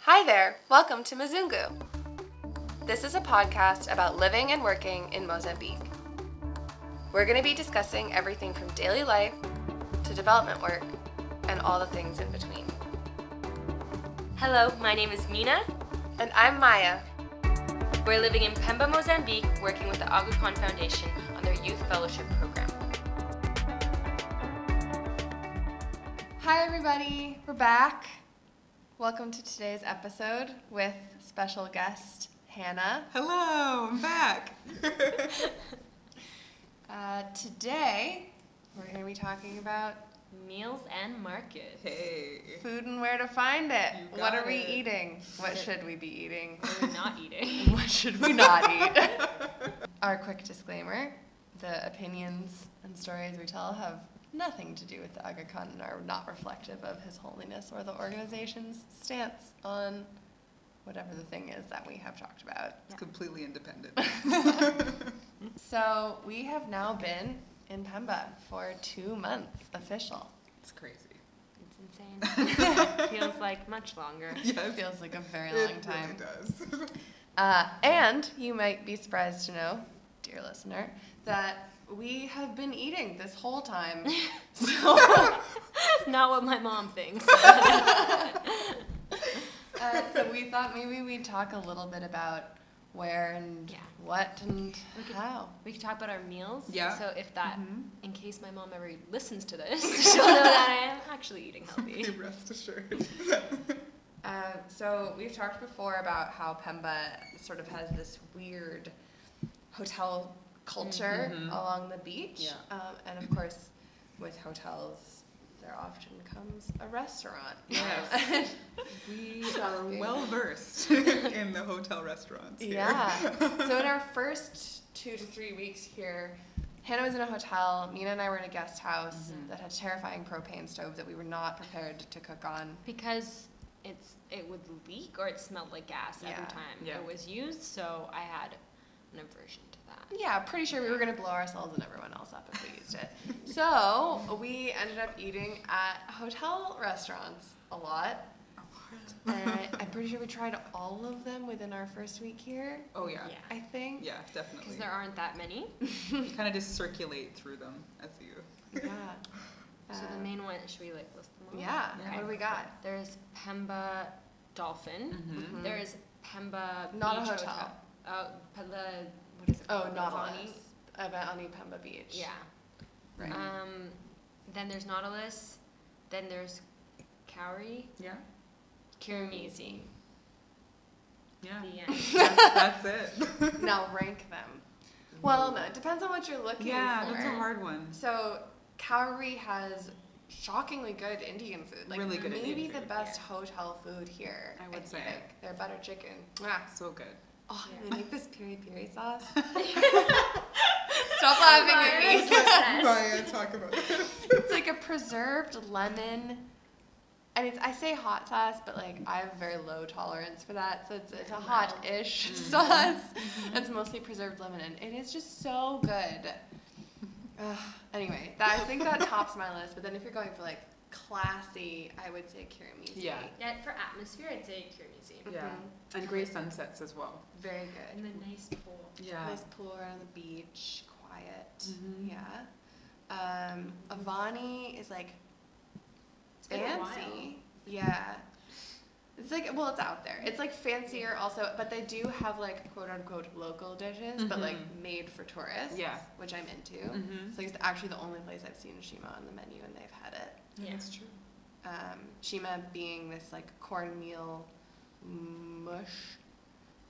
Hi there, welcome to Mzungu. This is a podcast about living and working in Mozambique. We're going to be discussing everything from daily life to development work and all the things in between. Hello, my name is Mina. And I'm Maya. We're living in Pemba, Mozambique, working with the Aga Khan Foundation on their youth fellowship program. Hi, everybody, we're back. Welcome to today's episode with special guest Hannah. Hello, I'm back. Uh, today, we're going to be talking about Meals and markets. hey. food and where to find it. You What got are we it. eating? What should we be eating? We're not eating. What should we not eat? Our quick disclaimer the opinions and stories we tell have nothing to do with the Aga Khan and are not reflective of His Holiness or the organization's stance on whatever the thing is that we have talked about. It's completely independent. So we have now been in Pemba for two months official. It's crazy. It's insane. Feels like much longer. It feels like a very it long time. really does. Uh, and you might be surprised to know, dear listener, that we have been eating this whole time. So. Not what my mom thinks. Uh, so we thought maybe we'd talk a little bit about where and Yeah. what and how. We could talk about our meals. Yeah. So if Uh, that, Mm-hmm. in case my mom ever listens to this, she'll know that I am actually eating Okay, healthy. Rest assured. Uh, so we've talked before about how Pemba sort of has this weird hotel culture Mhm. along the beach, Yeah. um, and of course, with hotels, there often comes a restaurant. Yes. We are well versed in the hotel restaurants. Here. Yeah. so in our first two to three weeks here, Hannah was in a hotel. Mina and I were in a guest house Mm-hmm. that had terrifying propane stove that we were not prepared to cook on. Because it's it would leak or it smelled like gas every Yeah. time Yeah. it was used, so I had an aversion to that. Yeah, pretty sure we were gonna blow ourselves and everyone else up if we used it. So we ended up eating at hotel restaurants a lot. And I'm pretty sure we tried all of them within our first week here. Oh yeah. Yeah. I think. Yeah, definitely. Because there aren't that many. You kind of just circulate through them as you. Yeah. So the Um, main one, should we like list them all? yeah. Yeah. What do we got? There's Pemba Dolphin. Mm-hmm. There is Pemba. Not a Beach hotel. Oh, Pe- the what is it? Oh, called? Nautilus. Vani? About on E Pemba Beach. Yeah. Right. Um, then there's Nautilus. Then there's Cowrie. Yeah. Kiramizi. Yeah. The end. That's, that's it. now rank them. Well, no, it depends on what you're looking Yeah, for. that's a hard one. So, Cowrie has shockingly good Indian food. Like Really good maybe Indian the food, best hotel food here. I would say. Think. Their butter chicken. Mwah. So good. Oh, and Yeah. they make this piri piri sauce. Stop laughing at me. Ryan, talk about this. It's like a preserved lemon. And it's, I say hot sauce, but like I have very low tolerance for that, so it's, it's Oh, a hot-ish Mm-hmm. sauce. It's mostly preserved lemon, and it is just so good. Ugh, anyway, that, I think that tops my list. But then if you're going for like classy, I would say tiramisu. Yeah. Yeah, for atmosphere, I'd say Kiramizi. Yeah, and gray sunsets as well. Mm-hmm. very good. And the nice pool. Yeah. Nice pool around the beach, quiet. Mhm. Yeah. Um, Avani is like It's been a while. fancy. Yeah. It's like well, it's out there. It's like fancier also, but they do have like quote unquote local dishes, but like Mhm. made for tourists. Yeah. Which I'm into. Mhm. It's like it's actually the only place I've seen Shima on the menu, and they've had it. Yeah. That's true. Um, Shima being this like cornmeal mush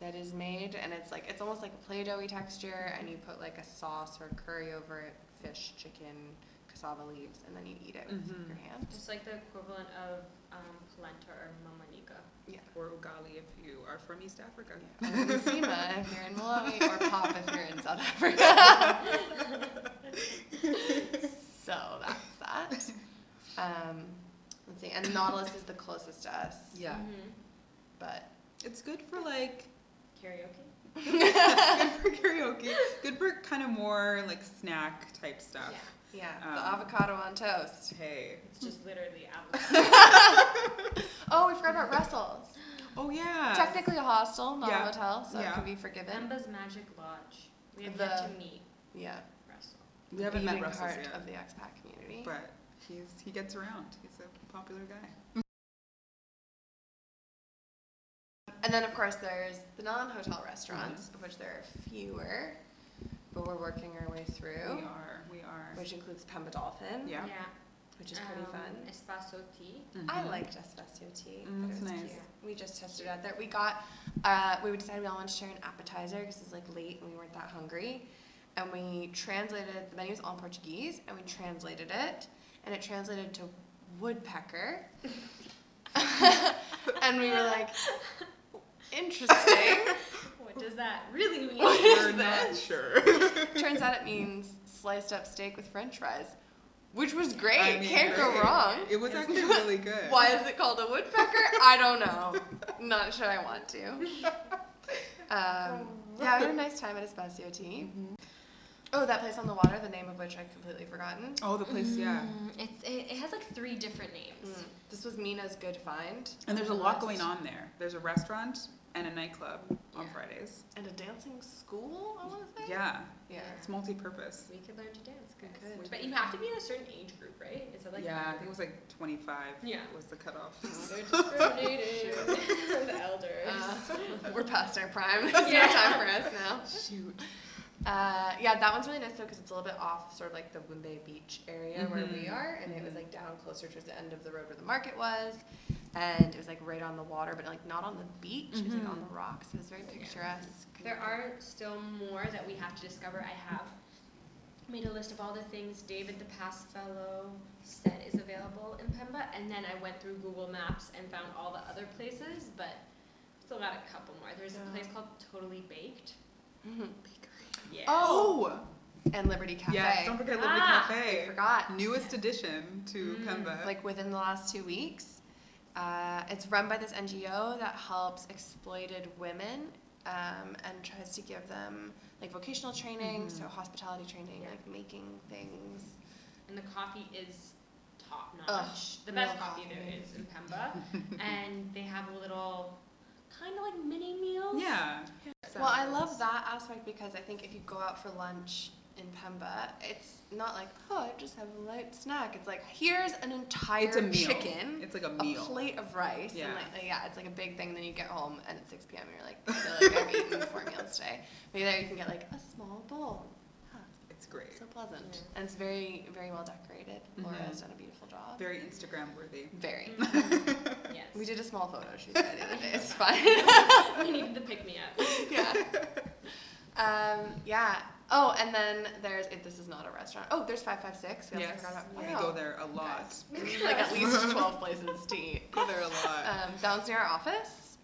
that is made, and it's like it's almost like a play doughy texture, and you put like a sauce or curry over it, fish, chicken, cassava leaves, and then you eat it with Mhm. your hand. It's like the equivalent of um, polenta or mamanika. Or ugali if you are from East Africa. Yeah. Or Sima if you're in Malawi, or Pop if you're in South Africa. so that's that. Um, let's see, and Nautilus is the closest to us, Yeah. but It's good for like Karaoke. good for karaoke. Good for kind of more like snack type stuff. yeah, the Um, avocado on toast. Hey. It's just literally out. Oh, we forgot about Russell's. Oh yeah. Technically a hostel, not Yeah. a hotel, so Yeah. it can be forgiven. Memba's Magic Lodge. We have yet The- to meet Yeah. Russell. We haven't met Beating Russell heart yet, of the expat community. but he's he gets around. He's a popular guy. And then, of course, there's the Mm-hmm. non-hotel restaurants, of which there are fewer, but we're working our way We through, are. We are. which includes Pemba Dolphin, Yeah. which is pretty um, fun. Espacio Tea. I Mhm. liked Espacio Tea. Mm, It it's was nice. cute. We just tested it out there. We got, uh, we decided we all wanted to share an appetizer because it was like late and we weren't that hungry. And we translated, the menu was all in Portuguese, and we translated it. And it translated to woodpecker. and we were like, interesting. What does that really mean? What is We're not this? sure. Turns out it means sliced up steak with french fries, which was great. I mean, Can't go great. wrong. It was actually really good. Why is it called a woodpecker? I don't know. Not sure I want to. Um, yeah, we had a nice time at Espacio Tea. Oh, that place on the water, the name of which I've completely forgotten. Oh, the place, yeah. Mm, it's, it, it has like three different names. Mm, This was Mina's good find And there's a lot going on there. There's a restaurant and a nightclub on Yeah. Fridays. and a dancing school. I want to say. Yeah, Yeah. it's multi-purpose. We could learn to dance, We guys. could. But you have to be in a certain age group, right? Is it like yeah, I think it was like 25 Yeah. was the cutoff. They're discriminated. the elders. Uh, we're past our prime. It's no time for us now. Shoot. Uh, yeah, that one's really nice though because it's a little bit off, sort of like the Wimbay Beach area where we Mhm. are, and it was Mhm. like down closer towards the end of the road where the market was, and it was like right on the water, but like not on the beach. It was like on Mhm. the rocks. It was very picturesque. There are still more that we have to discover. I have made a list of all the things David the Past Fellow said is available in Pemba, and then I went through Google Maps and found all the other places, but still got a couple more. There's Yeah. a place called Totally Baked. Mhm. Yeah. Oh, and Liberty Cafe. yes. Don't forget Liberty Ah, I Cafe. forgot. Newest addition to Mm, Pemba. Like within the last two weeks, uh, it's run by this NGO that helps exploited women um, and tries to give them like vocational training, Mhm. so hospitality training, Yeah. like making things. And the coffee is top notch. Ugh, the best real coffee there coffee. is in Pemba. and they have a little kind of like mini meals. yeah. Well, I love that aspect because I think if you go out for lunch in Pemba, it's not like, oh, I just have a light snack. It's like, here's an entire It's a meal. chicken, It's like a a meal. plate of rice, Yeah. and like, yeah, it's like a big thing. Then you get home and at 6 p.m. you're like, I feel like I've eaten four meals today. But there you can get like a small bowl. Huh, It's great. so pleasant. Yeah. And it's very, very well decorated. Laura's done a beautiful job. Mm-hmm. Very Instagram worthy. Very. Yes. We did a small photo shoot there the other day. It's fun. we needed the pick me up. yeah. Um, yeah. Oh, and then there's it, this is not a restaurant. Oh, there's five five six. We also Yes. forgot about We wow. go there a lot. Guys, we need like at least twelve places to eat. Go there a lot. Um, that one's near our office.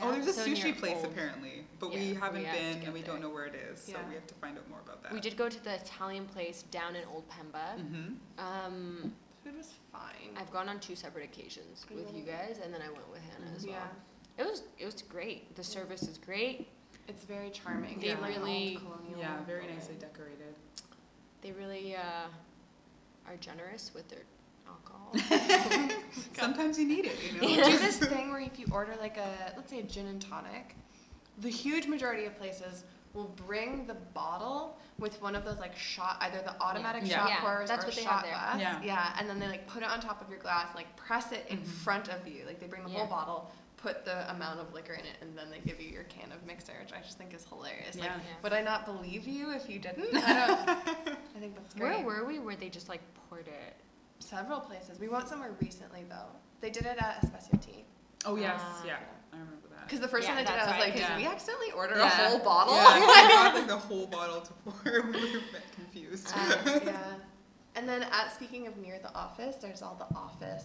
Oh, Yeah. there's a so near sushi place Old- apparently, but Yeah, we we haven't have to been get and we don't there. know where it is, so Yeah. we have to find out more about that. We did go to the Italian place down in Old Pemba. hmm Um, Food was fine. I've gone on two separate occasions with you guys, and then I went with Hannah as well. yeah. It was it was great. The service is great. It's very charming. They It's like an old really- colonial Yeah, very building. nicely decorated. They really uh, are generous with their alcohol. Sometimes you need it, you know. They do this thing where if you order like a let's say a gin and tonic, the huge majority of places will bring the bottle with one of those like shot either the automatic Yeah. shot Yeah, pours that's or what they have shot there. glass. Yeah. and then they like put it on top of your glass and like press it in Mhm. front of you. Like they bring the whole Yeah. bottle, put the amount of liquor in it, and then they give you your can of mixer, which I just think is hilarious. Like Yeah. would I not believe you if you didn't? I don't I think that's great. Where were we? Where they just like poured it? Several places. We went somewhere recently though. They did it at Espresso Tea. Oh yes, Ah. yeah, I remember that. Because the first Yeah, time I did it, that's I why was I like, couldn't- did we accidentally order Yeah. a whole bottle? Yeah, I brought like the whole bottle to pour. We were a bit confused. Uh, yeah. And then at speaking of near the office, there's all the office.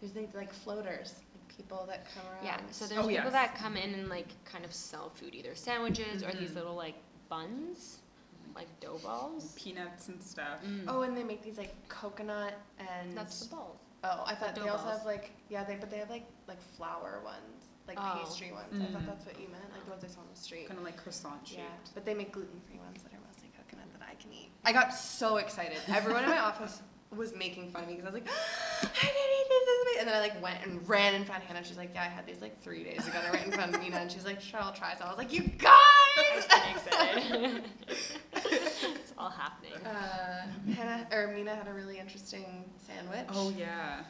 There's like, like floaters, like people that come around. Yeah. So there's Oh, people yes. that come in and like kind of sell food, either sandwiches or these Mhm. little like buns, like dough balls. Peanuts and stuff. Mm. Oh, and they make these like coconut and that's the balls. oh, I thought dough they also balls. have like yeah, they but they have like like flour ones, like Oh. pastry ones. I Mm. thought that's what you meant, like the ones I saw on the street. Kind of like croissant shaped. Yeah, but they make gluten-free ones that are mostly coconut that I can eat. I got so excited. Everyone in my office was making fun of me because I was like, I can eat this, this, this. and then I like went and ran and found Hannah. She's like, yeah, I had these like three days ago. And I ran and found Nina, and she's like, sure, I'll try. So I was like, you I was guys. pretty excited. it's all happening. Uh, Hannah or Mina had a really interesting sandwich. Oh yeah.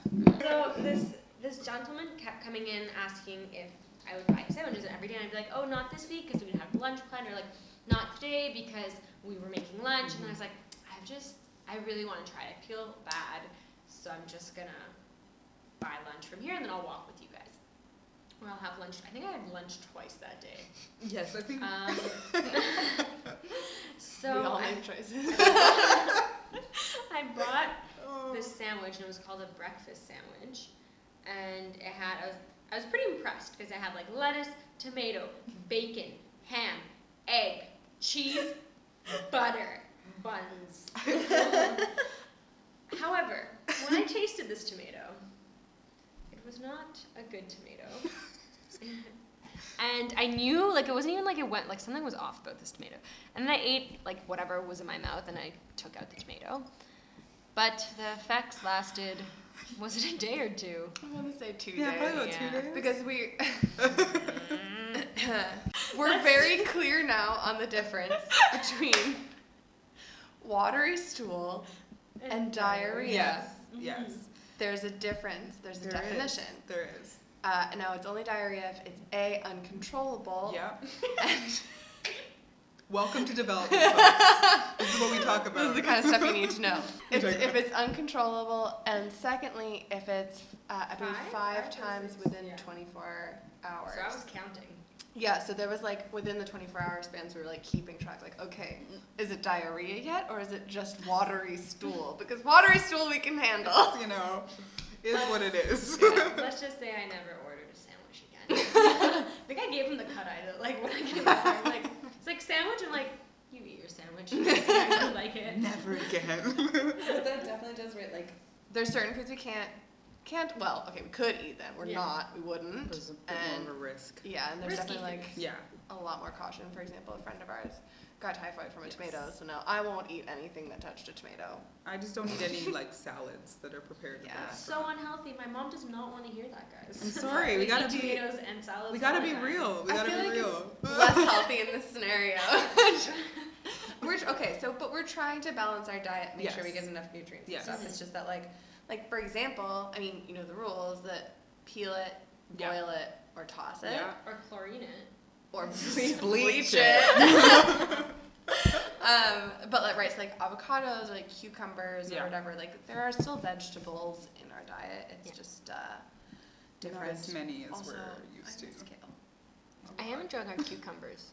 So this this gentleman kept coming in asking if I would buy sandwiches, and every day I'd be like, "Oh, not this week because we didn't have lunch planned," or like, "Not today because we were making lunch." And then I was like, "I've just, I really want to try. it. I feel bad, so I'm just gonna buy lunch from here, and then I'll walk with you guys, or I'll have lunch. I think I had lunch twice that day. Yes, I think. Um, so we all I, make choices. I bought oh. this sandwich and it was called a breakfast sandwich and it had i was, I was pretty impressed because it had like lettuce tomato bacon ham egg cheese butter buns however when i tasted this tomato it was not a good tomato and i knew like it wasn't even like it went like something was off about this tomato and then i ate like whatever was in my mouth and i took out the tomato but the effects lasted, was it a day or two? I'm gonna say two yeah, days. probably about yeah. two days. Because we Mm. we're very clear now on the difference between watery stool and diarrhea. yes, yes, There's a difference. There's a Mm-hmm. There is. definition. there is. Uh, now it's only diarrhea if it's a uncontrollable. Yep. Welcome to development. folks. this is what we talk This about. is the kind of stuff you need to know. It's, Okay. if it's uncontrollable, and secondly, if it's uh, I believe Five? five, Five or times six? within Yeah. 24 hours. So I was counting. Yeah, so there was like within the 24 hour spans, we were like keeping track, like, okay, is it diarrhea yet or is it just watery stool? Because watery stool we can handle. you know, is what it is. Let's just say I never ordered a sandwich again. I think I gave him the cut eye that like when I came over. I'm Like it's like sandwich. I'm like, you eat your sandwich. I like it. Never again. But that definitely does rate like there's certain foods we can't can't well, okay, we could eat them. We're Yeah. not, we wouldn't. There's a bit and more of a risk. yeah, and there's Risky definitely like foods. Yeah. a lot more caution. For example, a friend of ours got typhoid from a tomato, so now I won't eat anything that touched a tomato. I just don't eat any like salads that are prepared. in the Yeah. It's restaurant. so unhealthy. My mom does not want to hear that, guys. I'm sorry, we eat gotta be- tomatoes and salads. We gotta all the be time. real. We I gotta feel be like real. less healthy in this scenario. we're okay, so but we're trying to balance our diet, make sure we Yes. get enough nutrients Yes. and stuff. It's just that like like for example, I mean, you know the rules that peel it, Yeah. boil it, or toss it. Yeah. Or chlorine it. Or bleach, Bleach bleach it. it. um, but like right, so like avocados or like cucumbers Yeah. or whatever, like there are still vegetables in our diet. It's Yeah. just uh Not different. as many as also, we're used I to. miss kale. I am enjoying our cucumbers.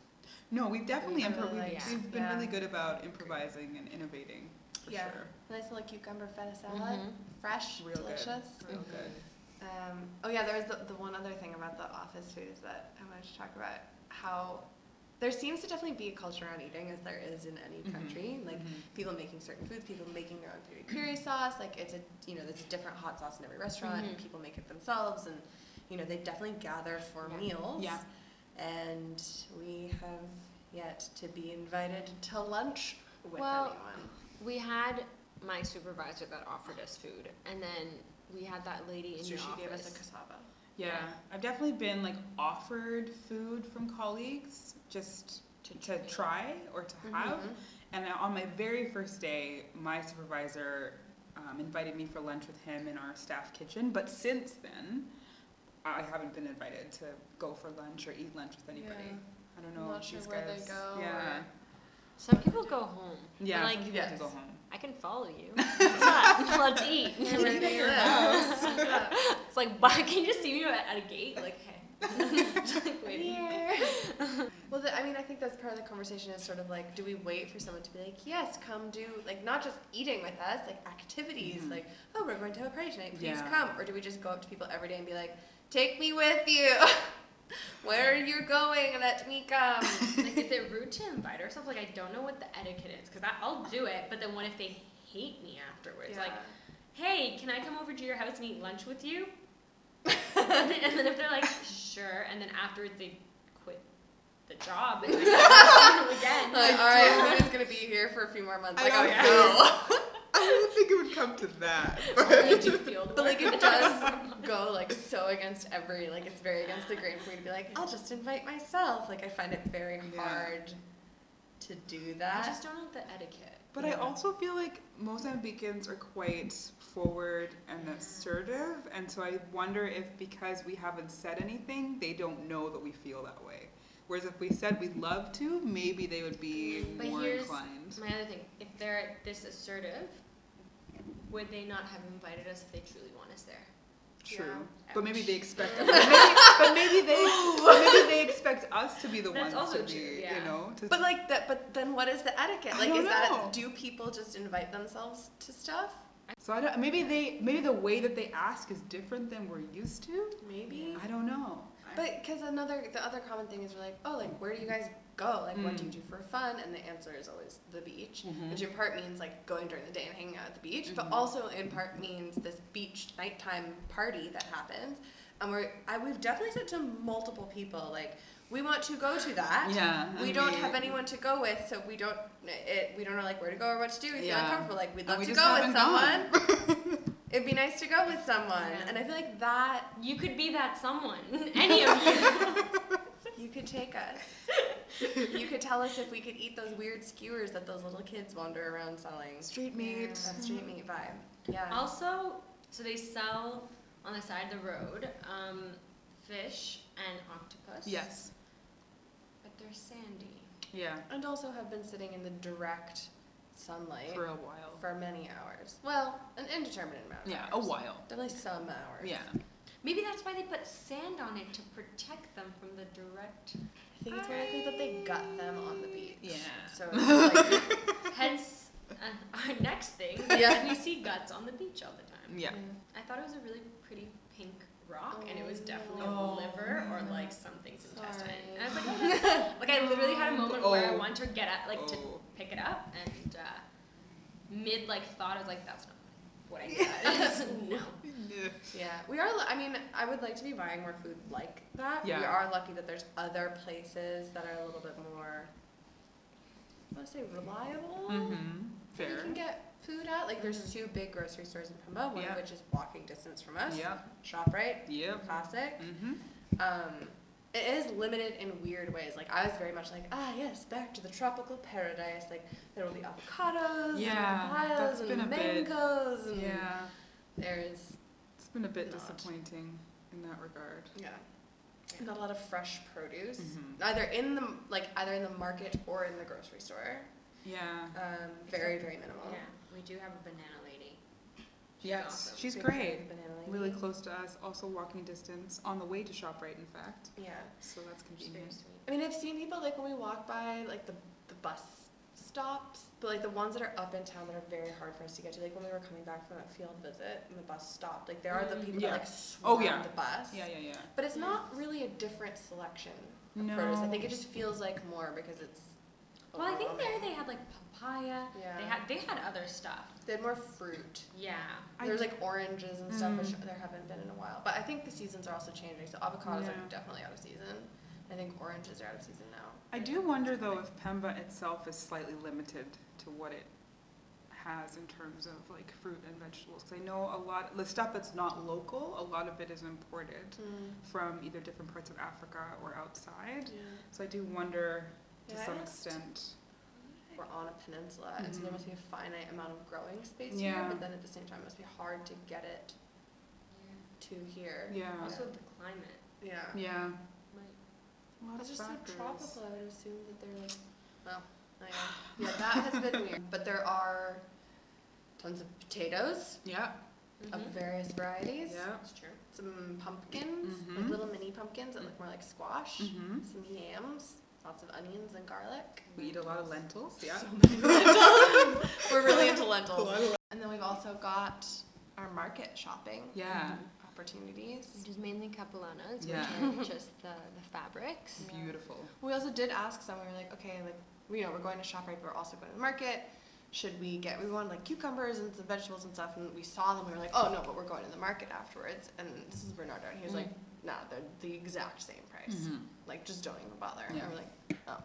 No, we've definitely Really impro- like- we've, we've been yeah. really good about improvising and innovating. For Yeah. sure. Nice little cucumber feta salad. Mm-hmm. Mhm. Fresh, Real good. delicious. Real good. Um, oh yeah, there was the, the one other thing about the office food is that I wanted to talk about how there seems to definitely be a culture around eating as there is in any Mhm. country. Like Mhm. people making certain foods, people making their own piri piri sauce. Like it's a you know there's a different hot sauce in every restaurant, and Mhm. people make it themselves, and you know they definitely gather for Yeah. meals. Yeah. And we have yet to be invited to lunch with Well, anyone. We had my supervisor that offered us food, and then we had that lady in So your she office. gave us a cassava. Yeah, I've definitely been like offered food from colleagues just to, to try or to have. Mhm. And on my very first day, my supervisor um, invited me for lunch with him in our staff kitchen. But since then, I haven't been invited to go for lunch or eat lunch with anybody. I don't know. Not if sure these where they guys- go Yeah. or- Some people go home. Yeah. Like, some people have to yes. go home. I can follow you. But let's eat. Yeah, where they live. Yeah. It's like, why can you just see me at, at a gate? Like, hey. Just like, wait. well, the, I mean, I think that's part of the conversation is sort of like, do we wait for someone to be like, yes, come do like not just eating with us, like activities, Mhm. like oh, we're going to have a party tonight, please Yeah. come, or do we just go up to people every day and be like, take me with you, where you're going, let me come. like, is it rude to invite ourselves? Like, I don't know what the etiquette is because I'll do it, but then what if they hate me afterwards? Like, hey, can I come over to your house and eat lunch with you? and then and then if they're like, sure, and then afterwards they quit the job and like, again. Like, all right, I'm just gonna be here for a few more months. I Like, know, I'm yeah. cool. I I didn't think it would come to that. Only to field But like work. it does go like so against every like it's very against the grain for me to be like I'll just invite myself. Like I find it very Yeah. hard to do I that. just don't know the etiquette. But I Yeah. also feel like Mozambicans are quite forward and assertive, and so I wonder if because we haven't said anything, they don't know that we feel that way. Whereas if we said we'd love to, maybe they would be But more here's inclined. My other thing, if they're this assertive, would they not have invited us if they truly want us there? True, yeah. but maybe they expect. but, maybe, but maybe they, but maybe they expect us to be the That's ones to also be, true, yeah. you know. To But like that, but then what is the etiquette? I Like, don't is that know. do people just invite themselves to stuff? so I don't. Maybe they. Maybe the way that they ask is different than we're used to. Maybe. I don't know. But because another, the other common thing is we're like, oh, like where do you guys go? Like, what do you Mm. do for fun? And the answer is always the beach, Mhm. which in part means like going during the day and hanging out at the beach, but Mhm. also in part means this beach nighttime party that happens. And we're, I, we've definitely said to multiple people like, we want to go to that. yeah, We and don't have anyone to go with, so we don't. It, we don't know like where to go or what to do. We feel Yeah. uncomfortable. Like we'd and love we to just go with haven't someone. gone. It'd be nice to go with someone. Yeah. And I feel like that You could be that someone. Any of you. you could take us. you could tell us if we could eat those weird skewers that those little kids wander around selling. Street meat. meat. That street meat vibe. Yeah. Also, so they sell on the side of the road um, fish and octopus. Yes. But they're sandy. Yeah. and also have been sitting in the direct sunlight For a while. for many hours. Well, an indeterminate amount. Of Yeah, a hours. while. Definitely some hours. Yeah. Maybe that's why they put sand on it to protect them from the direct. I think it's very likely that they got them on the beach. Yeah. So it's like Hence, uh, our next thing Yeah. is we see guts on the beach all the time. Yeah. I thought it was a really pretty pink rock, and it was Oh, definitely no. a liver or like something's intestine. Sorry. And I was like, oh, that's like I literally had a moment where I Oh. wanted to get up, like to Oh. pick it up, and uh, mid like thought I was like, that's not what I got. no. Yeah, we are. lu- I mean, I would like to be buying more food like that. We Yeah. are lucky that there's other places that are a little bit more. I want to say reliable. Mm-hmm. that You Fair. Mm-hmm. can get food at like there's two big grocery stores in Pemba, one Yeah. of which is walking distance from us. Yeah. Shoprite, Yep. classic. Mm-hmm. Um, it is limited in weird ways. Like I was very much like, ah yes, back to the tropical paradise. Like there will be avocados Yeah, and papayas that's been a and bit- mangoes and Yeah. there's It's been a bit Not. disappointing in that regard. Yeah. Not a lot of fresh produce, Mhm. either in the like either in the market or in the grocery store. Yeah. Um, very very minimal. Yeah, we do have a banana lady. She's Yes. awesome. She's Big fan great. of banana lady. Really close to us. Also walking distance on the way to ShopRite, in fact. Yeah. So that's She's very convenient. sweet. I mean, I've seen people like when we walk by like the the bus stops, but like the ones that are up in town that are very hard for us to get to. Like when we were coming back from that field visit and the bus stopped, like there are the Mm. people Yeah. that like Oh, swarm yeah. the bus. Yeah, yeah, yeah. But it's not really a different selection of No. produce. I think it just feels like more because it's. Well, I think there overwhelming. they had like papaya. Yeah. They had they had other stuff. They had more fruit. Yeah. I There's d- like oranges and stuff, which Mm. there haven't been in a while. But I think the seasons are also changing, so avocados Yeah. are definitely out of season. I think oranges are out of season now. I do wonder though if Pemba itself is slightly limited to what it has in terms of like fruit and vegetables. 'Cause I know a lot the stuff that's not local, a lot of it is imported Hmm. from either different parts of Africa or outside. So I do wonder to Yeah, I some asked- extent. We're on a peninsula, and so there Mhm. must be a finite amount of growing space here, Yeah. but then at the same time, it must be hard to get it to here. Yeah. Also the climate. Yeah. Yeah. Like, A lot It's of just so factors. tropical, I would assume that they're like, well, I know. Yeah, that has been weird. But there are tons of potatoes Yeah. of various varieties. Yeah. Mm-hmm. That's true. some pumpkins, like Mhm. little mini pumpkins that look more like squash, Mm-hmm. some yams, lots of onions and garlic. We eat a lot of lentils. Yeah. So many lentils. We're really into lentils. of And then we've also got our market shopping Yeah. opportunities. Which is mainly capulanas, Yeah. which are just the, the fabrics. Beautiful. We also did ask some, we were like, okay, like, you know, we're going to ShopRite, but we're also going to the market. Should we get, we wanted like cucumbers and some vegetables and stuff, and we saw them, we were like, oh no, but we're going to the market afterwards. And this is Bernardo, and he was like, Mm-hmm. nah, they're the exact same price. like just don't even bother. And Yeah. we're like, oh,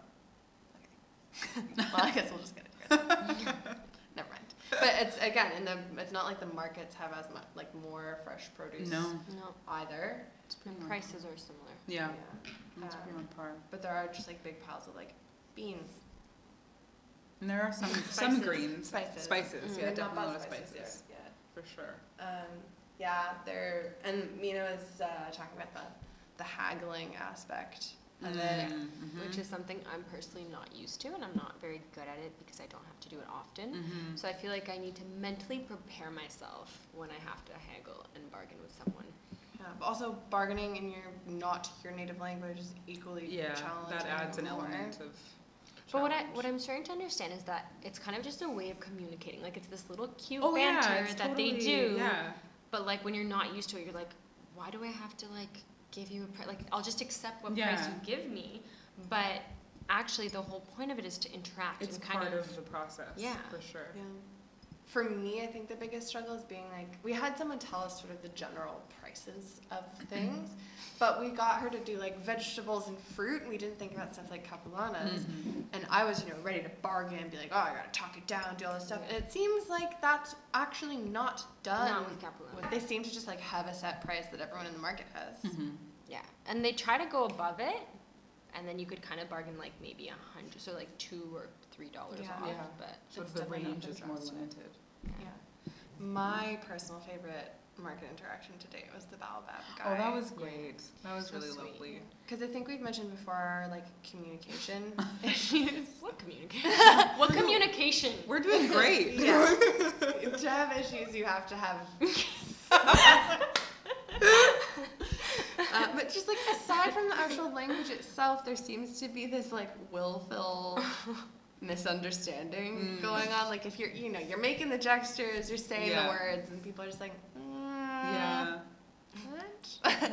okay. well, I guess we'll just get it. Never mind. But it's again, in the it's not like the markets have as much like more fresh produce No, No, either. it's pretty and on- prices are similar. Yeah, it's pretty Um, on par. But there are just like big piles of like beans, And there are some some Spices. greens, spices. spices. We Yeah, have not definitely a lot bought of spices spices yet. Yeah. for sure. Um, yeah, there and Mina was uh, talking about the the haggling aspect of Mm-hmm. it. Which is something I'm personally not used to, and I'm not very good at it because I don't have to do it often. hmm So I feel like I need to mentally prepare myself when I have to haggle and bargain with someone. Yeah, but Um, also bargaining in your not your native language is equally Yeah, challenging. that adds an more. element of. But what I challenge. what I'm starting to understand is that it's kind of just a way of communicating. Like it's this little cute oh, yeah, banter it's that they totally- do. Yeah. But like when you're not used to it, you're like, why do I have to like give you a price? Like I'll just accept what price Yeah. you give me. But actually, the whole point of it is to interact. It's and kind part of the process. Yeah. For sure. Yeah. For me, I think the biggest struggle is being like, we had someone tell us sort of the general prices of Mm-hmm. things, but we got her to do like vegetables and fruit, and we didn't think about stuff like capellanas. Mhm. And I was, you know, ready to bargain, be like, oh, I gotta talk it down, do all this stuff. And it seems like that's actually not done. not with Capilano. What- they seem to just like have a set price that everyone in the market has. Mhm. Yeah, and they try to go above it, and then you could kind of bargain like maybe a hundred, so like two or three dollars Yeah. off. Yeah. But So It's the definitely not range been is more drastic. limited. Yeah. My personal favorite market interaction to date was the Baobab guy. Oh, that was great. That was So really sweet. lovely. Because I think we've mentioned before our like communication issues. what communication? what communication? We're doing great. Yeah. to have issues, you have to have. Uh, but just like aside from the actual language itself, there seems to be this like willful misunderstanding Mm. going on. Like if you're, you know, you're making the gestures, you're saying Yeah. the words, and people are just like, mm, Yeah. what? Yeah. and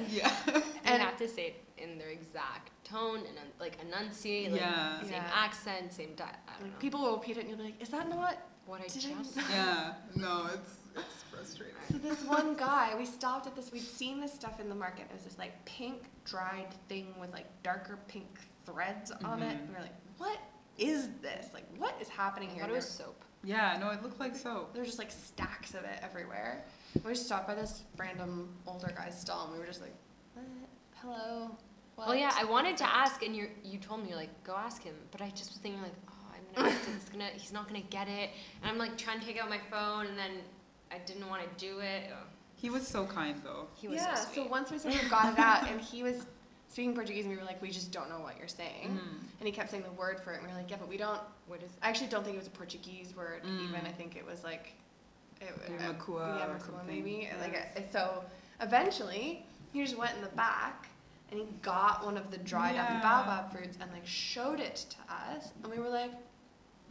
and- you have to say it in their exact tone and um, like enunciate, like Yeah. same Yeah. accent, same di- I don't know. Like, people will repeat it, and you'll be like, is that not what I did I just miss- Yeah. No, it's it's frustrating. So this one guy, we stopped at this. We'd seen this stuff in the market. It was this like pink dried thing with like darker pink threads on it. Mhm. And we were like, what is this? Like, what is happening Mm-hmm. I here? thought it There- was soap. Yeah. No, it looked like soap. there were just like stacks of it everywhere. And we just stopped by this random older guy's stall, and we were just like, what? hello. What? Well, Oh, yeah, I wanted to ask, and you you told me like go ask him, but I just was thinking like, oh, I'm gonna, have to- it's gonna, he's not gonna get it, and I'm like trying to take out my phone, and then I didn't want to do it. Ugh, He was so kind though. he was yeah. so sweet. once we sort of got it out, and he was speaking Portuguese, and we were like, we just don't know what you're saying. Mm. And he kept saying the word for it, and we were like, yeah, but we don't what is? I actually don't think it was a Portuguese word even. Mm. I think it was like, it, Maybe uh, Makua yeah, or Makua something. maybe. Like uh, so, eventually he just went in the back and he got one of the dried Yeah. up baobab fruits and like showed it to us, and we were like.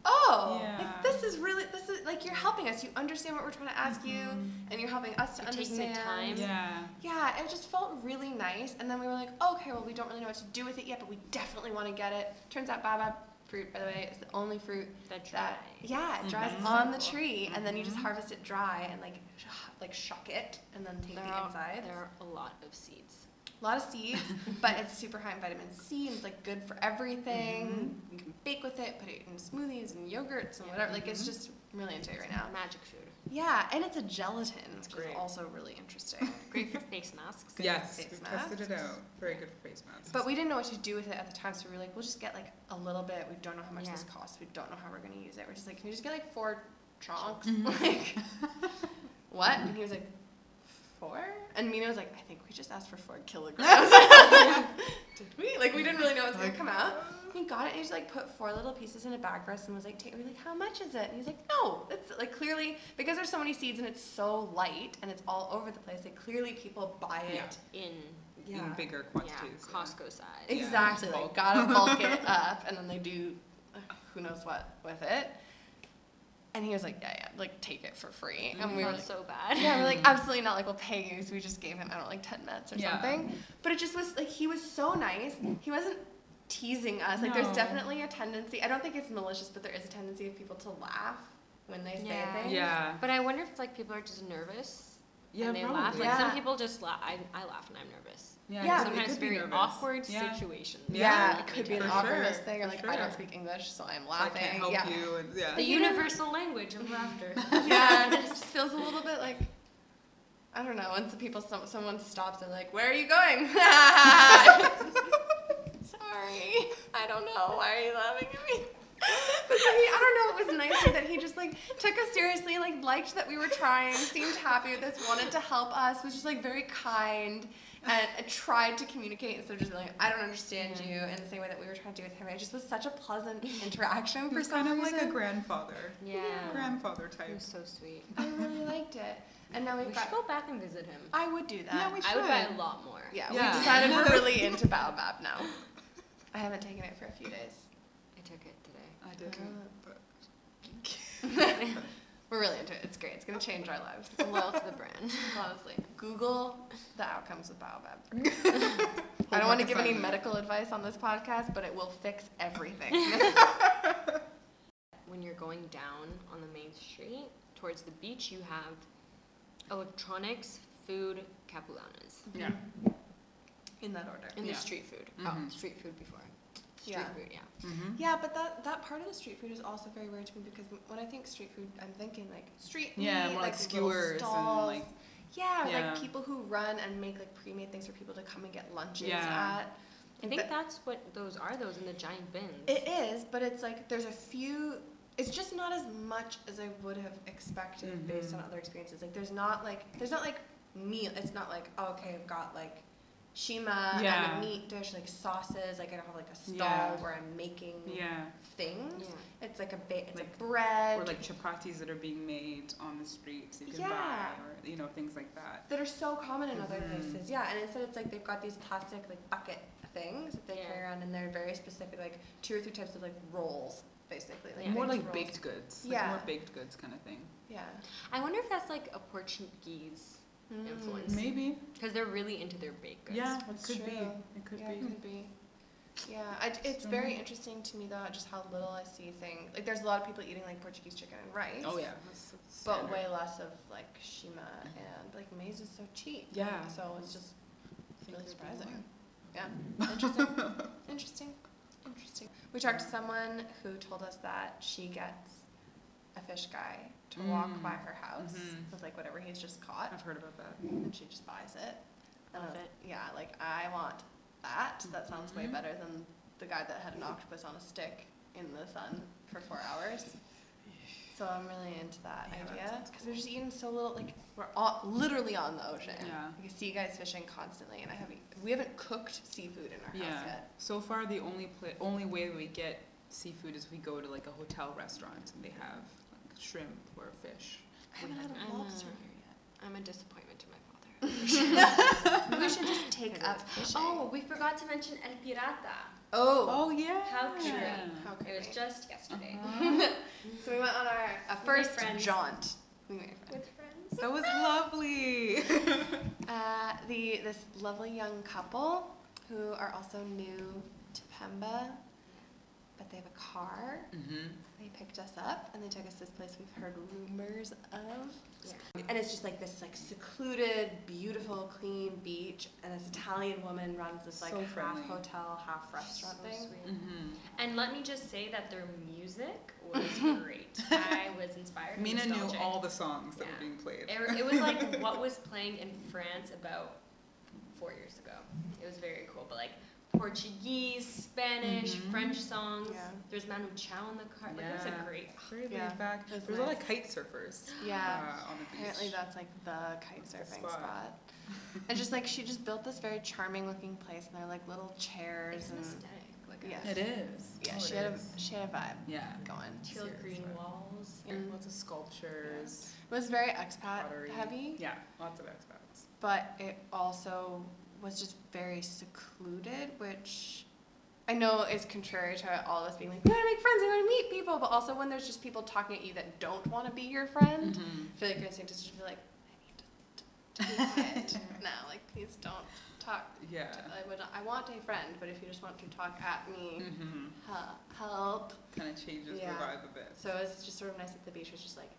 Oh, Yeah. like this is really this is like you're helping us. You understand what we're trying to ask you, Mm-hmm. and you're helping us to You're taking the understand. time. Yeah. Yeah, it just felt really nice. And then we were like, okay, well, we don't really know what to do with it yet, but we definitely want to get it. Turns out baobab fruit, by the way, is the only fruit That dry. that yeah, it dries Mhm. on the tree, and then you just Mhm. harvest it dry and like sh- like shuck it, and then take There the are, inside. there are a lot of seeds. A lot of seeds, but it's super high in vitamin C, and it's like good for everything. You can bake with it, put it in smoothies and yogurts and whatever. Like it's Mhm. just I'm really into it right now. Magic food. Yeah, and it's a gelatin, which great. is also really interesting. Great for face masks. face Yes, we tested it masks. out. Very good for face masks. But we didn't know what to do with it at the time, so we were like, we'll just get like a little bit. We don't know how much Yeah. this costs. We don't know how we're gonna use it. We're just like, can you just get like four chunks? Mhm. Like, what? And he was like, four? And Mina was like, I think we just asked for four kilograms. Did we? Like, we didn't really know what's gonna come out. He got it and he just like put four little pieces in a bag for us and was like, take. We're like, how much is it? And he's like, no, it's like clearly because there's so many seeds and it's so light and it's all over the place. Like clearly people buy Yeah. it. In in bigger yeah, quantities. yeah. Costco size. Yeah. Exactly. Like, Bulk. gotta bulk it up, and then they do who knows what with it. And he was like, yeah, yeah, like take it for free. And we were Not like, Mm-hmm. so bad. yeah, we're like, absolutely not. Like, we'll pay you. So we just gave him, I don't know, like 10 minutes or Yeah. something. But it just was like, he was so nice. He wasn't teasing us. Like, No. there's definitely a tendency, I don't think it's malicious, but there is a tendency of people to laugh when they say Yeah. things. Yeah. But I wonder if like people are just nervous Yeah, and they probably. laugh. Like some Yeah. people just laugh. I, I laugh and I'm nervous. Yeah. Yeah, it could- it sometimes could be very nervous. awkward Yeah. situations. Yeah, it could be an for awkwardness sure, thing, or for like I sure. don't speak English, so I'm I laughing. can't help yeah, you. And, yeah. The universal language of laughter. yeah, and it just feels a little bit like I don't know. Once the people, some, someone stops and like, "Where are you going?" Sorry, I don't know. Why are you laughing at me? But so he, I don't know. It was nicer that he just like took us seriously, like liked that we were trying, seemed happy with us, wanted to help us, was just like very kind, and uh, tried to communicate instead of just being like, "I don't understand Yeah. you," in the same way that we were trying to do with him. It just was such a pleasant interaction He for was some kind of like reason. a grandfather. Yeah. Grandfather He type. was so sweet. I really liked it. And now We we've should got. go back and visit him. I would do that. Yeah, we I would should. buy a lot more. Yeah, Yeah. we decided we're really into baobab now. I haven't taken it for a few days. I took it today. I Uh, didn't. but- We're really into it. It's great. It's gonna change our lives. I'm loyal to the brand. Honestly, Google the outcomes of baobab. I don't want to give any medical advice on this podcast, but it will fix everything. When you're going down on the main street towards the beach, you have electronics, food, capulanas. Yeah. In that order. And Yeah. the street food. Oh, Mhm. street food before. Street Yeah. food, yeah. Mm-hmm. Yeah, but that, that part of the street food is also very weird to me because when I think street food, I'm thinking like street meat, Yeah, more like little skewers and, stalls. like- yeah, Yeah. like people who run and make like pre-made things for people to come and get lunches Yeah. at. I think But- that's what those are, those in the giant bins. It is, but it's like there's a few. It's just not as much as I would have expected based Mhm. on other experiences. Like there's not like there's not like meal. It's not like oh, okay, I've got like shima Yeah. and a meat dish, like sauces. Like I don't have like a stall Yeah. where I'm making Yeah. things. yeah. It's like a ba- it's Like- a bread Or like chapatis that are being made on the streets you can buy, Yeah. or you know things like that. that are so common in other Mhm. places. Yeah, and instead it's like they've got these plastic like bucket things that they Yeah. carry around, and they're very specific, like two or three types of like rolls, basically. Like Yeah. More baked like rolls. baked goods. like More Yeah. baked goods kind of thing. Yeah. I wonder if that's like a Portuguese Influence. Mm. Maybe. because they're really into their baked goods. Yeah. It That's could be. true. It could Mm. yeah, it be. Mm-hmm. could be. Yeah, I, it's So very nice. interesting to me though, just how little I see things. Like, there's a lot of people eating like Portuguese chicken and rice. Oh yeah. that's- that's But standard. Mm-hmm. way less of like shima and like maize is so cheap. Yeah. So it's just I think really there'd be surprising. more. Yeah. Interesting. interesting. Interesting. We talked to someone who told us that she gets a fish guy to walk Mm. by her house Mhm. with like whatever he's just caught. I've heard about that. and she just buys it. And I Love was- Yeah, like I want that. That sounds way Mhm. better than the guy that had an octopus on a stick in the sun for four hours. So I'm really into that Yeah, that idea sounds because we're just eating so little. Like we're all, literally on the ocean. Yeah. Like, I see you guys fishing constantly, and I haven't. We haven't cooked seafood in our house Yeah. yet. So far, the only pla- only way we get seafood is we go to like a hotel restaurant and they have like shrimp or fish. I haven't had I'm, a uh, lobster here I'm a disappointment to my father. yet. we should just take up up fishing. Oh, we forgot to mention El Pirata. oh, Oh yeah. How true. How could It was we? just yesterday. Uh-huh. so we went on our a made first friends. jaunt. We made friends. With friends. That was lovely. Uh, the this lovely young couple who are also new to Pemba, but they have a car. mm-hmm. They picked us up and they took us to this place we've heard rumors of. Yeah. And it's just like this like secluded, beautiful, clean beach, and this Italian woman runs this like So half friendly. hotel, half restaurant So thing. sweet. Mm-hmm. And let me just say that their music was great. I was inspired. and Mina knew nostalgic. all the songs that Yeah. were being played. It, it was like what was playing in France about four years ago. It was very cool, but like Portuguese, Spanish, Mhm. French songs. Mm-hmm. Yeah. There's Manu Chao in the car. Like, it was Yeah. a great. Very laid Yeah. back. That's There's a lot nice. of kite surfers Yeah. uh, on the beach. Apparently that's like the kite That's the surfing spot. spot. and just like she just built this very charming looking place and they're like little chairs It's an and aesthetic. Like a Yeah. It is. yeah, Oh, she it had is. a she had a vibe Yeah. going. teal Serious green vibe. walls. Yeah. And lots of sculptures. It was very expat pottery. heavy, Yeah, lots of expats. but it also was just very secluded, which I know is contrary to all of us being like, we gotta make friends, we gotta meet people, but also when there's just people talking at you that don't want to be your friend, Mm-hmm. I feel like you're supposed to just feel like, I need to, to be quiet now. Like, please don't talk. Yeah. To, I would. I want a friend, but if you just want to talk at me, Mm-hmm. he- help. Kind of changes Yeah. the vibe a bit. So it's just sort of nice that the beach was just like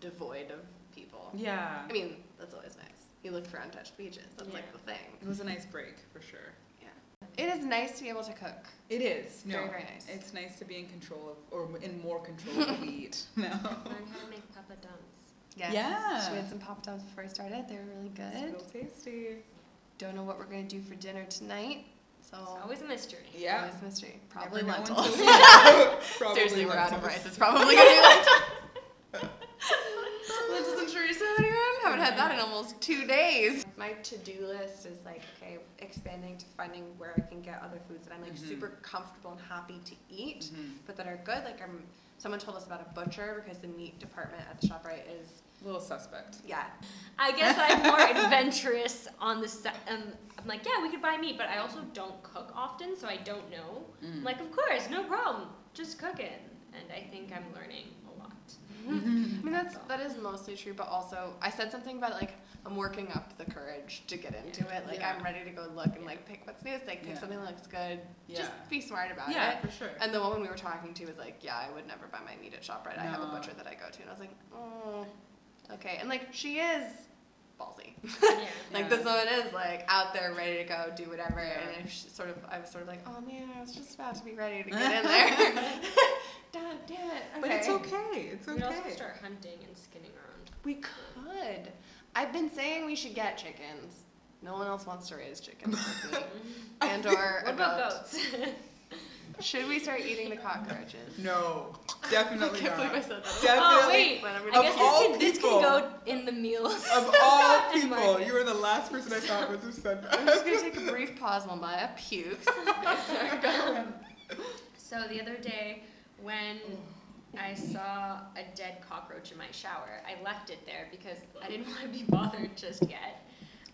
devoid of people. Yeah. I mean, that's always nice. you look for untouched beaches. That's like Yeah. the thing. It was a nice break for sure. It is nice to be able to cook. It is. No, Very, very nice. it's nice to be in control of, or in more control of what we eat. No. Learn how to make papa dumps. Yes. Yeah. So we had some pop dums before I started. They were really It's good. real tasty. Don't know what we're gonna do for dinner tonight. So It's always a mystery. Yeah. always mystery. Probably Never know lentils. until we- Probably Seriously, we're out of lentils. rice. It's probably gonna be lentils. lentils and chorizo, anyone? Haven't had that in almost two days. My to-do list is like, okay, expanding to finding where I can get other foods that I'm like Mhm. super comfortable and happy to eat, Mhm. but that are good. Like, I'm. Someone told us about a butcher because the meat department at the Shoprite is Little suspect. yeah. I guess I'm more adventurous on the se- um, I'm like, yeah, we could buy meat, but I also don't cook often, so I don't know. Mm. Hmm. I'm like, of course, no problem. Just cook it. And I think I'm learning a lot. I mean that's that is mostly true, but also I said something about like I'm working up the courage to get into it. Like Yeah. I'm ready to go look and like pick what's new, like pick Yeah. something that looks good. Just Yeah. be smart about yeah, it. for sure. And the woman we were talking to was like, "Yeah, I would never buy my meat at Shoprite. I have a No. butcher that I go to." And I was like, mm, "Okay." And like she is ballsy. Yeah. Like Yeah. this woman is like out there ready to go do whatever. Yeah. And if she sort of, I was sort of like, "Oh man, I was just about to be ready to get in there." God damn it! But it's okay. It's We could also okay. start hunting and skinning our own. We could. I've been saying we should get chickens. No one else wants to raise chickens. with Oh. me. and or What about goats? should we start eating the cockroaches? No, definitely I can't believe I not. said that. Definitely. Oh, wait. Whatever. I guess Of all this, can, this people. can go in the meals. Of all And people, Marcus. you were the last person I thought was who said I'm just that. gonna take a brief pause while Maya pukes. Um, So the other day, when Oh. I saw a dead cockroach in my shower, I left it there because I didn't want to be bothered just yet.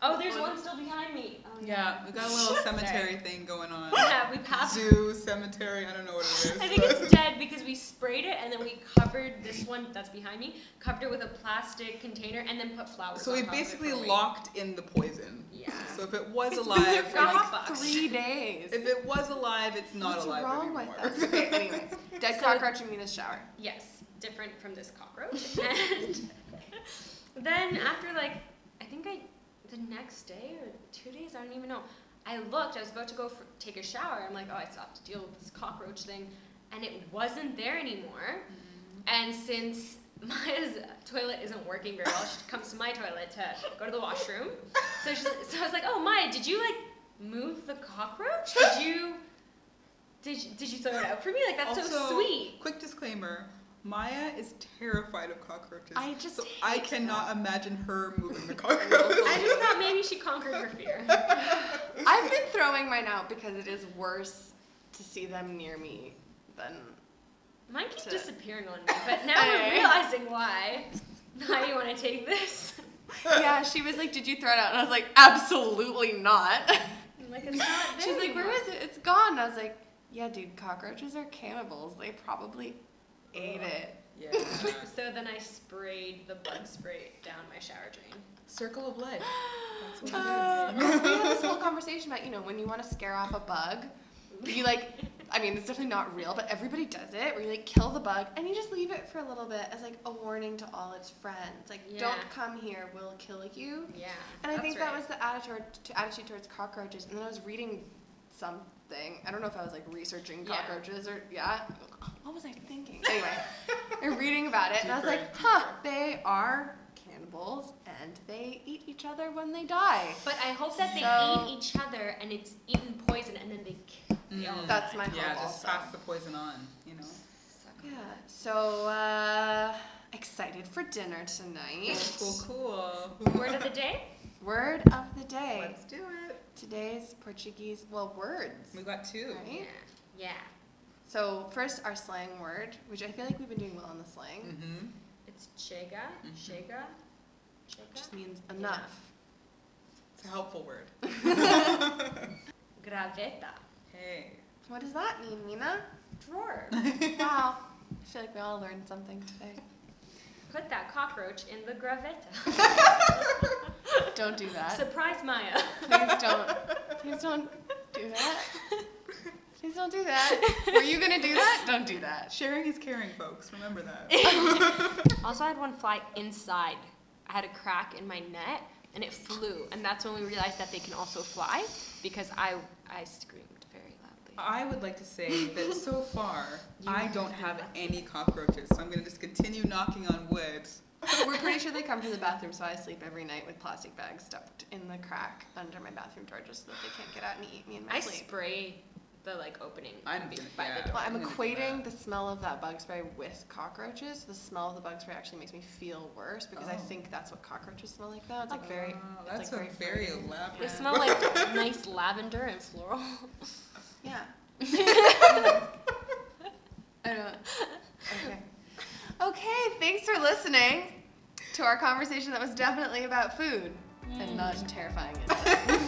Oh, there's one still behind me. Oh, no. Yeah, we got a little cemetery thing going on. Yeah, we passed. Zoo, cemetery, I don't know what it is. I think but- it's dead because we sprayed it and then we covered this one that's behind me, covered it with a plastic container and then put flowers. So on we top of it basically for a week. locked in the poison. Yeah. So if it was It's been there alive, for like it's- like bucks. three days. if it was alive, it's not What's alive wrong anymore. with us? Okay, anyway, dead So- cockroach in Mina's shower. Yes, different from this cockroach. and then after like, I think I, the next day or two days, I don't even know. I looked. I was about to go for, take a shower. I'm like, oh, I still have to deal with this cockroach thing, and it wasn't there anymore. And since Maya's toilet isn't working very well, she comes to my toilet to go to the washroom. So, she's, so I was like, oh, Maya, did you like move the cockroach? Did you? Did you, did you throw it out for me? Like that's so Also, sweet. Quick disclaimer. Maya is terrified of cockroaches. I just so I hate cannot imagine her moving the cockroach. I just thought maybe she conquered her fear. I've been throwing mine out because it is worse to see them near me than Mine keep To- disappearing on me, but now Hey. I'm realizing why. Now you want to take this? yeah, she was like, "Did you throw it out?" And I was like, "Absolutely not." I'm like it's not there. She's like, "Where anymore." is it? It's gone." And I was like, "Yeah, dude, cockroaches are cannibals. They probably ate it." yeah. So then I sprayed the bug spray down my shower drain. Circle of life. That's what it Uh, 'cause we had this whole conversation about you know when you want to scare off a bug, you like, I mean it's definitely not real, but everybody does it. Where you like kill the bug and you just leave it for a little bit as like a warning to all its friends, like Yeah. don't come here, we'll kill you. Yeah. And I that's think right. that was the attitude to attitude towards cockroaches. And then I was reading something. I don't know if I was like researching Yeah. cockroaches or yeah. What was I thinking? Anyway, I'm reading about it, and I was like, huh, they are cannibals, and they eat each other when they die. But I hope that they So- eat each other and it's eaten poison and then they kill. They all Mm. die. That's my hope. Yeah, just also. pass the poison on, you know. Suck. Yeah. So uh, excited for dinner tonight. Cool, cool. Word of the day? Word of the day. Let's do it. Today's Portuguese. Well, words. We got two. Right. Yeah. Yeah. So first, our slang word, which I feel like we've been doing well on the slang, Mm-hmm. It's chega. Mhm. Chega. Chega. just means enough. It's a helpful word. Graveta. Hey. What does that mean, Mina? Drawer. wow, I feel like we all learned something today. Put that cockroach in the graveta. Don't do that. Surprise Maya. Please don't. Please don't do that. Please don't do that. Were you gonna do that? Don't do that. Sharing is caring, folks. Remember that. Also, I had one fly inside. I had a crack in my net, and it flew. And that's when we realized that they can also fly because I I screamed very loudly. I would like to say that so far, You I have don't been have lucky. any cockroaches, so I'm gonna just continue knocking on wood. We're pretty sure they come to the bathroom, so I sleep every night with plastic bags stuffed in the crack under my bathroom door just so that they can't get out and eat me in my I sleep. spray the like opening. I'm be- gonna- by the yeah. door. Well, I'm I'm gonna do equating that. the smell of that bug spray with cockroaches. The smell of the bug spray actually makes me feel worse because I Oh. think that's what cockroaches smell like now. It's like very, Ah, it's That's like a fruity. very They elaborate. Yeah. smell like nice lavender and floral. Yeah. I don't. Okay. Okay. Thanks for Mm. listening to our conversation that was definitely about food and not terrifying. It.